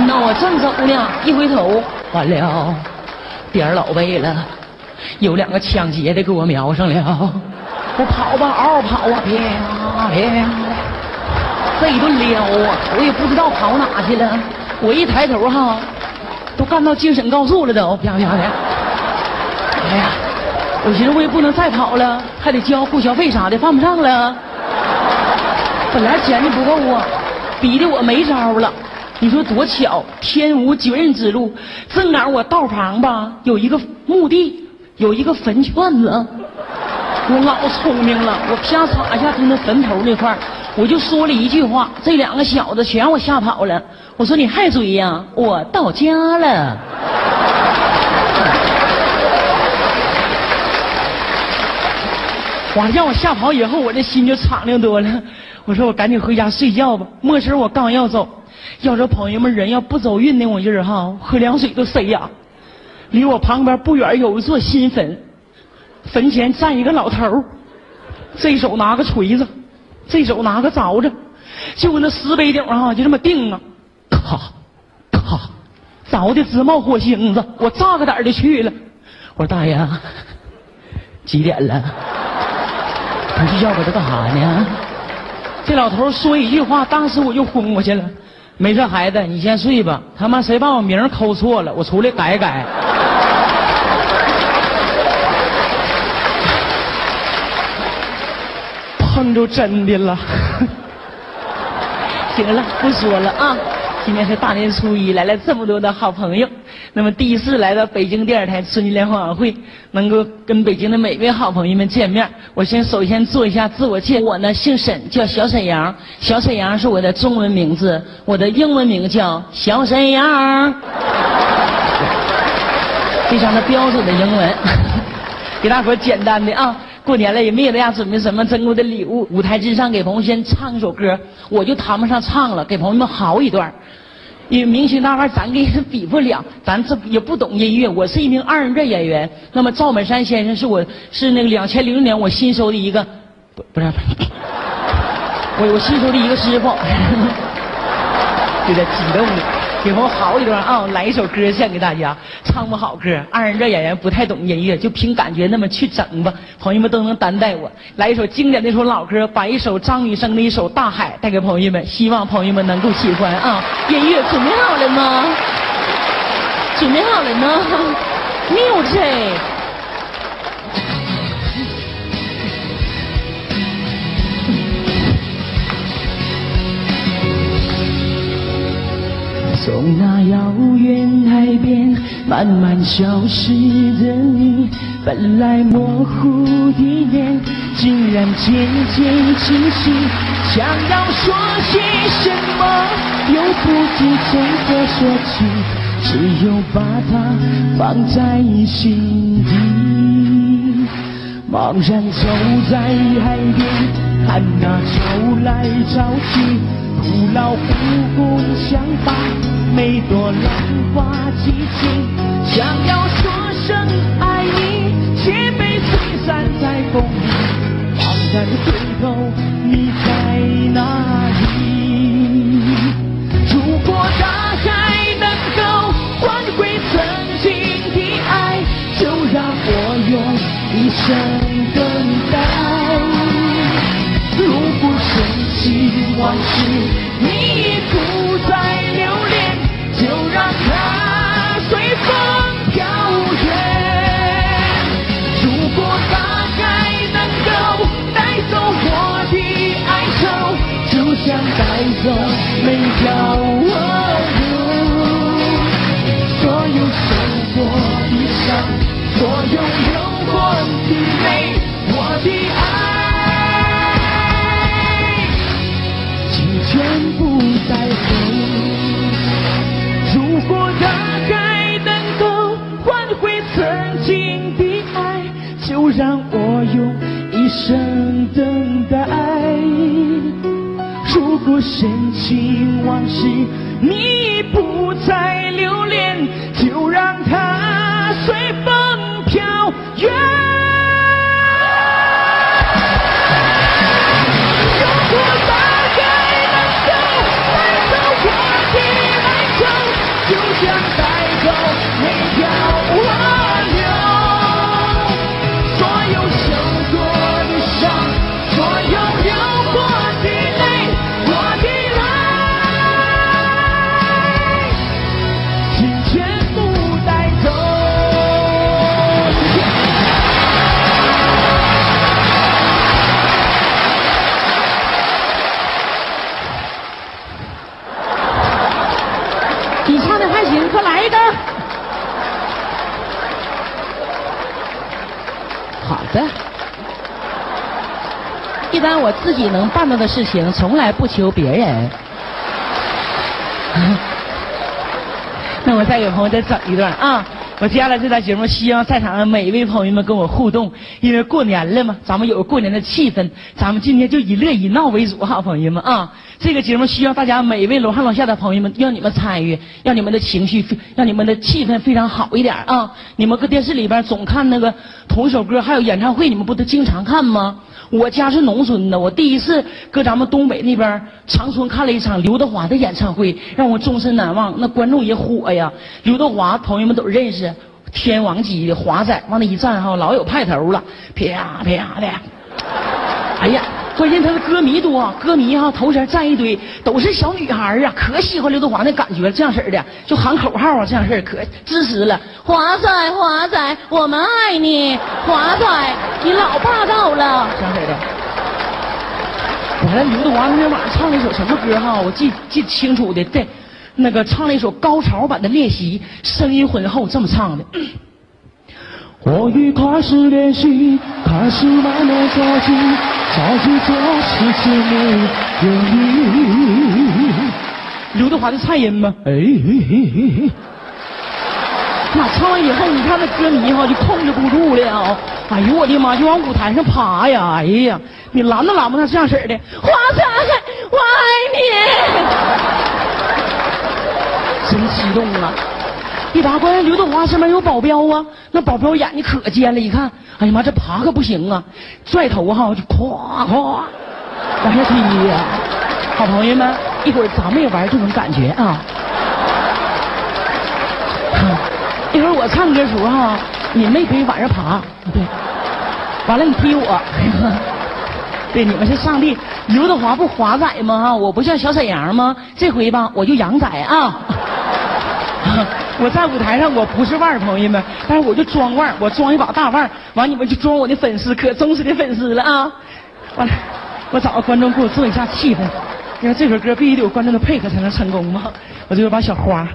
那我正走呢，一回头，完了，点儿老背了，有两个抢劫的给我瞄上了。我跑吧，嗷嗷跑啊，啪啪。这一顿撩啊，我也不知道跑哪去了。我一抬头哈，都干到京沈高速了都，啪啪的。哎呀，我寻思我也不能再跑了，还得交雇消费啥的，犯不上了。本来钱就不够啊，逼得我没招了。你说多巧，天无绝人之路，正赶上我道旁吧有一个墓地，有一个坟圈子。我老聪明了，我啪嚓一下从那坟头那块儿，我就说了一句话，这两个小子全让我吓跑了。我说你还追呀？我到家了。我让我吓跑以后，我这心就敞亮多了。我说我赶紧回家睡觉吧。没事儿我刚要走，要说朋友们人要不走运那股劲儿哈，喝凉水都塞牙。离我旁边不远有一座新坟，坟前站一个老头儿，这手拿个锤子，这手拿个凿子，就搁那石碑顶上啊，就这么定啊，咔咔，凿的直冒火星子。我炸个胆儿就去了，我说大爷，几点了？不睡觉搁这干啥呢？这老头儿说一句话，当时我就昏过去了。没事，孩子，你先睡吧。他妈谁把我名儿抠错了，我出来改改。碰着真的了。 行了，不说了啊。今天是大年初一，来了这么多的好朋友，那么第一次来到北京电视台春节联欢晚会，能够跟北京的每位好朋友们见面，我先首先做一下自我介绍，我呢姓沈，叫小沈阳，小沈阳是我的中文名字，我的英文名叫小沈阳，非常的标准的英文。 给大伙儿简单的啊，过年了也没给大家准备什么珍贵的礼物。舞台之上给朋友先唱一首歌，我就谈不上唱了，给朋友们嚎一段儿。因为明星那玩意儿咱跟人比不了，咱这也不懂音乐。我是一名二人转演员，那么赵本山先生是我是那个两千零六年我新收的一个，不不是，不是我我新收的一个师傅，有点激动了。给朋友嚎一段啊，来一首歌献给大家，唱不好歌，二人转演员不太懂音乐，就凭感觉那么去整吧，朋友们都能担待我。来一首经典的一首老歌，把一首张雨生的一首《大海》带给朋友们，希望朋友们能够喜欢啊！音乐准备好了吗？准备好了吗？Music。从那遥远海边慢慢消失的你，本来模糊的脸，竟然渐渐清晰。想要说些什么，又不知从何说起，只有把它放在心底。茫然走在海边，看那潮来潮去，徒劳无功相伴，每朵浪花激情。想要说声爱你，却被吹散在风里。茫然回头，你在哪里？如果大海能够换回曾经的爱，就让我用一生等待。如果瞬息万事，你已不再留恋，就让它随风飘远。如果大海能够带走我的哀愁，就像带走每条路。所有受过的伤，所有流过的泪，
我的爱请全部带走。如果大概能够换回曾经的爱，就让我用一生等待。如果深情往事你不再留恋，就让它随风飘远。如果大概能够带走我的哀愁，就像带走每条河流，所有受过的伤，所有流过的泪，我的爱，请全部带走。谢谢。
你唱的还行，再来一个。好的。一般我自己能办到的事情，从来不求别人。 那我再给朋友再整一段啊！我接下来这档节目，希望在场的每一位朋友们跟我互动，因为过年了嘛，咱们有过年的气氛，咱们今天就以乐以闹为主哈，朋友们啊！这个节目需要大家每一位楼上楼下的朋友们，让你们参与，让你们的情绪，让你们的气氛非常好一点啊！你们搁电视里边总看那个同一首歌，还有演唱会，你们不都经常看吗？我家是农村的，我第一次搁咱们东北那边长春看了一场刘德华的演唱会，让我终身难忘。那观众也火呀，刘德华朋友们都认识，天王级的华仔往那一站哈，老有派头了，啪啪的。哎呀，关键他的歌迷多，啊歌迷哈、头前站一堆，都是小女孩啊，可喜欢刘德华那感觉了，这样式儿的，就喊口号啊，这样式儿可支持了。华仔，华仔，我们爱你，华仔，你老霸道了，这样式儿的。完了，刘德华那天晚上唱了一首什么歌哈、我记记清楚的，对，那个唱了一首高潮版的练习，声音浑厚，这么唱的。
我已开始练习，开始慢慢着急，着急做事情没原因。
刘德华的蔡音吗？
哎哎哎哎
那唱完以后，你看那歌迷哈就控制不住了啊！哎呦我的妈，就往舞台上爬呀！哎呀，你拦都拦不上，这样式儿的，
华仔，我爱
真激动啊！一打关键，刘德华身边有保镖啊，那保镖眼睛可尖了，一看，哎呀妈，这爬可不行啊！拽头哈、就夸夸往下踢呀、好朋友们，一会儿咱们也玩这种感觉啊！ 一会儿我唱歌的时候哈、啊你们也可以往上爬，对，完了你踢我， 对，你们是上帝，刘德华不华仔吗？哈，我不叫小沈阳吗？这回吧，我就杨仔啊！ 我在舞台上我不是腕儿，朋友们，但是我就装腕儿，我装一把大腕儿，完你们就装我的粉丝，可忠实的粉丝了啊！完了，我找个观众给我做一下气氛，因为这首歌必须得有观众的配合才能成功嘛。我就把小花，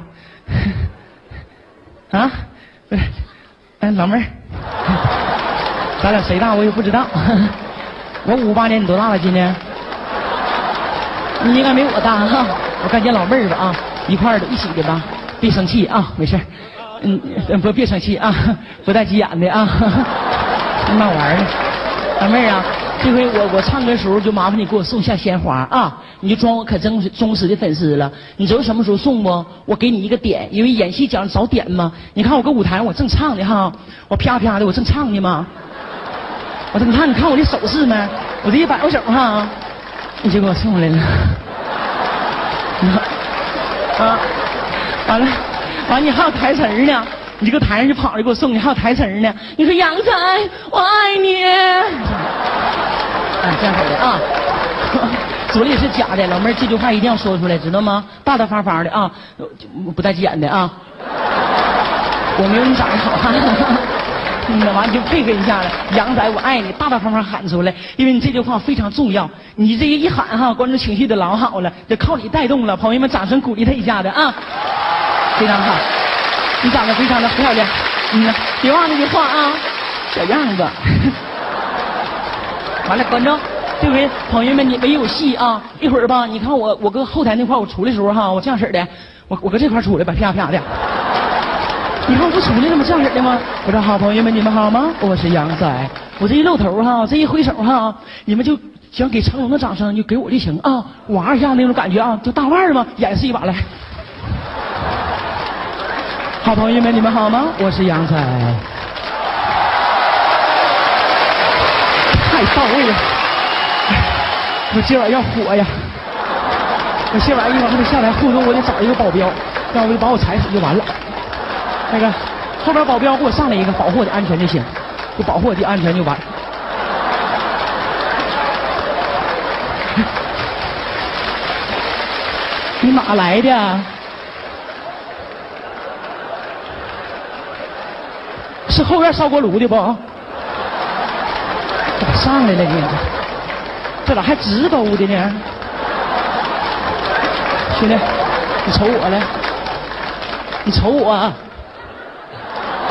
啊，不是，哎，老妹儿， 咱俩谁大我也不知道。 我五八年，你多大了？今年？你应该没我大哈、我跟你老妹儿吧啊，一块儿的，一起的吧，别生气啊，没事儿嗯，嗯不，别生气啊，不带急眼的啊， 那玩意儿呢。老妹儿啊，这回我我唱歌的时候就麻烦你给我送下鲜花啊，你就装我可忠实忠实的粉丝了。你知道什么时候送不？我给你一个点，因为演戏讲找点嘛。你看我搁舞台上我正唱的哈，我啪啪的我正唱的嘛。我说你看，你看我这手势没？我这一摆我手哈，你就给我送过来了。 啊，完了，完了，你还有台词儿呢，你这个台上就跑着给我送，你还有台词儿呢。你说杨仔，我爱你。哎啊，这样式的啊， 嘴里是假的，老妹儿这句话一定要说出来，知道吗？大大方方的啊，就不带急眼的啊。我没有你长得好看。嗯，那完你就配合一下了，杨仔我爱你，大大方方喊出来，因为你这句话非常重要，你这一喊哈，观众情绪就老好了，就靠你带动了，朋友们掌声鼓励他一下的啊，非常好，你长得非常的漂亮，嗯呐，别忘了这句话啊，小样子， 完了，观众，这回朋友们你没有戏啊！一会儿吧，你看我我搁后台那块儿我出来的时候哈、我这样式儿的，我我搁这块儿出来吧，啪啪的。你看我不出来了吗？这样式儿的吗？我说好，朋友们你们好吗？我是杨仔，我这一露头哈、这一挥手哈、你们就想给成龙的掌声就给我就行啊，哇一下那种感觉啊，就大腕儿嘛，演示一把来。好，朋友们你们好吗？我是杨仔。太到位了！哎我今晚要火呀！我今晚一会儿还得下来互动，我得找一个保镖，要不就把我踩死就完了。那个后边保镖给我上来一个，保护我的安全就行，就保护我的安全就完。 你哪来的？啊是后院烧锅炉的不？咋上来了呢？这咋还直勾的呢？兄弟，你瞅我了，你瞅我啊，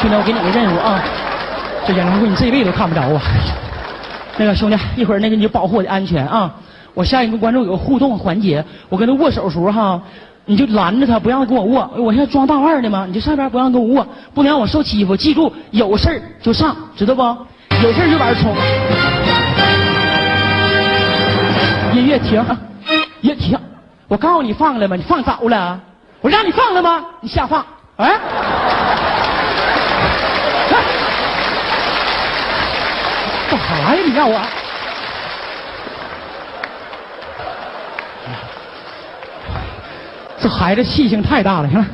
兄弟，我给你个任务啊，这演唱会你这辈子都看不着啊。那个兄弟，一会儿那个你就保护我的安全啊。我下一个观众有个互动环节，我跟他握手的时候哈，你就拦着他，不让他跟我握。哎我现在装大腕儿呢嘛，你就上边不让跟我握，不能让我受欺负。记住，有事儿就上，知道不？有事儿就往上冲。音乐停，音乐停。我告诉你放了吗？你放早了。我让你放了吗？你瞎放。哎，干啥呀？你让我？这孩子气性太大了，行了。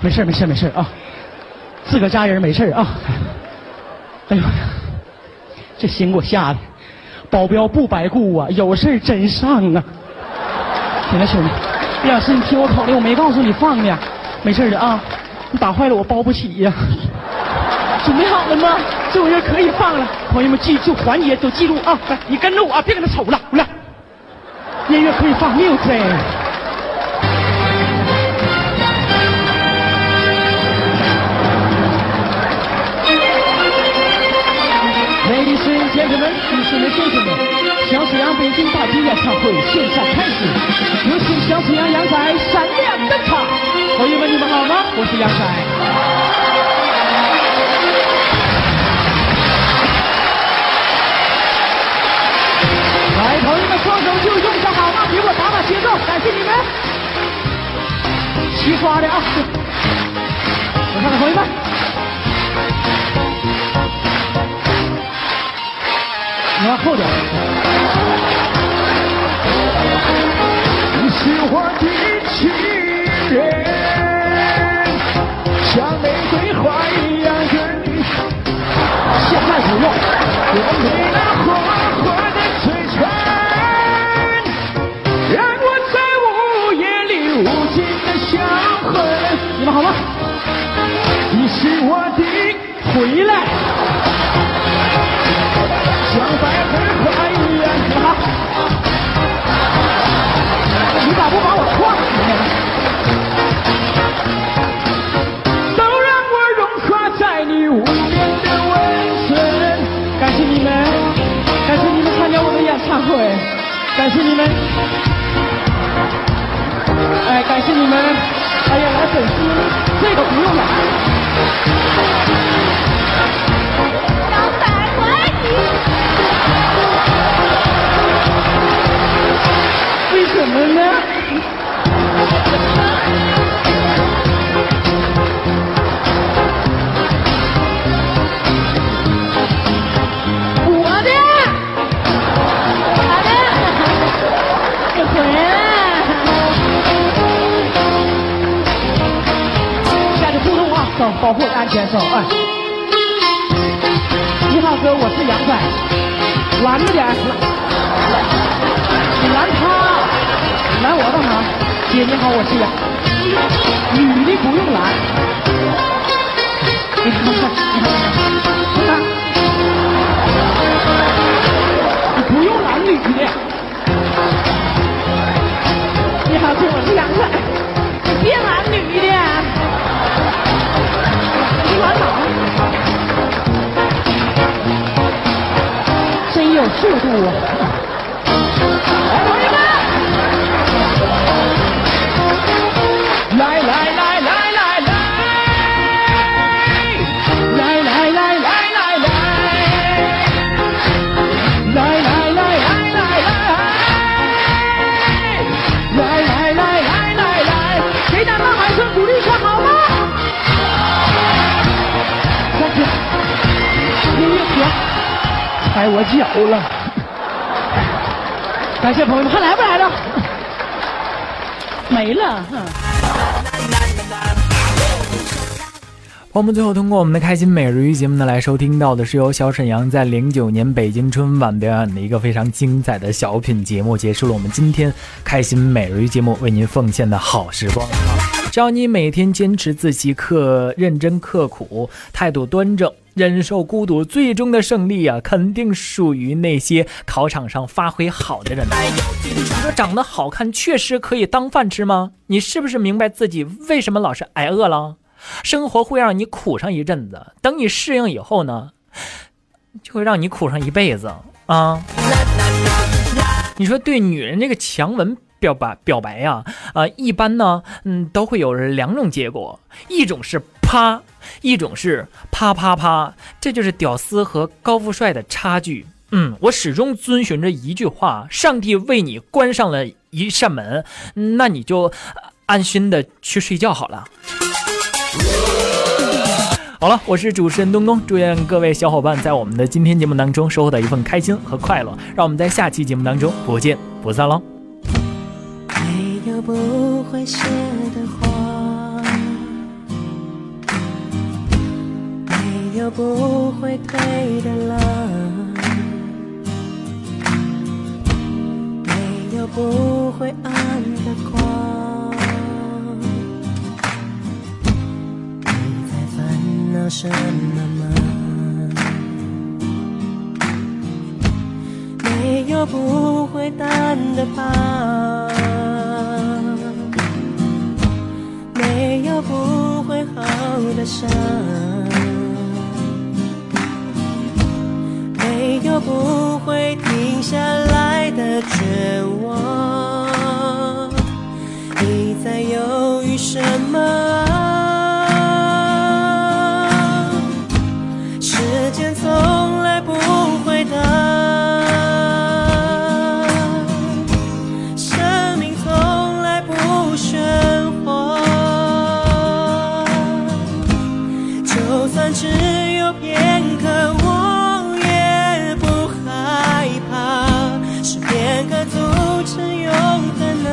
没事儿没事儿没事儿啊，自个儿家人没事儿啊。哎呦，这心给我吓的，保镖不白雇啊，有事儿真上啊。行了，兄弟，李老师，你听我口令，我没告诉你放呢，没事儿的啊。你打坏了我包不起呀、准备好了吗？这回就可以放了，朋友们记住环节都记住啊！来，你跟着我啊，别跟他瞅了，来，音乐可以放 music。Ladies and gentlemen，女士们、先生们，小沈阳北京大街演唱会现在开始，有请小沈阳杨仔闪亮登场。朋友们，你们好吗？我是杨仔。来，朋友们，双手就用上好吗？给我打打节奏，感谢你们。齐刷的啊！我看看朋友们。你往后点。
你是我的情人，像玫瑰花一样跟你。现在不用，我被那活活的摧残，让我在午夜里无尽的销魂。你们好吗？你是我的回来，像白玫花一样。你们好。你咋不把我撞死呢？都让我融化在你无边的温存。
感谢你们，感谢你们参加我的演唱会，感谢你们，哎，感谢你们，哎呀，来粉丝，这个不用了。为什么呢？
我的，
哎
我的，你回来。
下去互动啊，走，保护我的安全，走，哎。你好哥，我是杨仔，拦着点儿，你拦他，拦我干啥？姐你好，我是杨，女的不用拦。 你看，你看，你看，你看，你不用拦女的。你好哥，我是杨仔，你别拦女的。你管哪？速度啊！来，朋友们，来来来来来来，来来来来来来，来来来来来来，来来来来来来，给咱们喊声鼓励声好吗？再见，音乐停。
哎，我脚了。感谢朋友们，还来不来了？没了。
嗯
哼
我们最后通过我们的开心每日鱼节目呢，来收听到的是由小沈阳在零九年北京春晚表演的一个非常精彩的小品节目，结束了我们今天开心每日鱼节目为您奉献的好时光。只要你每天坚持自习课，认真刻苦，态度端正，忍受孤独，最终的胜利啊，肯定属于那些考场上发挥好的人。你说长得好看确实可以当饭吃吗？你是不是明白自己为什么老是挨饿了？生活会让你苦上一阵子，等你适应以后呢，就会让你苦上一辈子啊！你说对女人这个强吻表白表白呀、啊，一般呢，嗯，都会有两种结果，一种是啪，一种是啪啪啪，这就是屌丝和高富帅的差距。嗯，我始终遵循着一句话：上帝为你关上了一扇门，那你就呃安心的去睡觉好了。好了，我是主持人东东，祝愿各位小伙伴在我们的今天节目当中收获到一份开心和快乐。让我们在下期节目当中不见不散喽！
没有不会谢的花，没有不会退的浪，没有不会暗的光。你在烦恼什么吗？没有不会淡的怕，没有不会好的伤，没有不会停下来的绝望。你在犹豫什么啊？时间从来不回答，生命从来不喧哗。就算只有片刻，我也不害怕，是片刻组成永恒啊。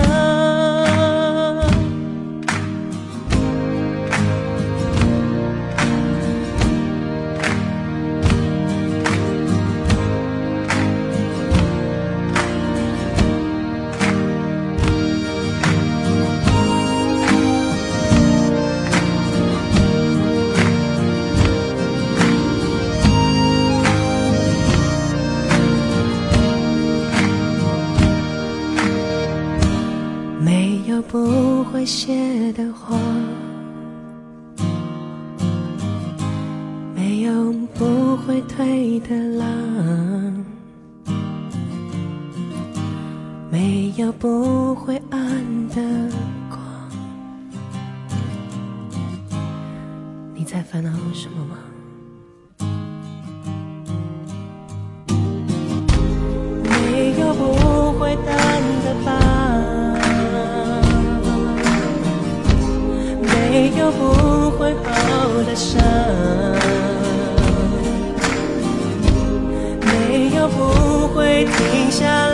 没有不会谢的花，没有不会退的浪，没有不会暗的光。你在烦恼什么吗？没有不会淡的疤，没有不会好的伤，没有不会停下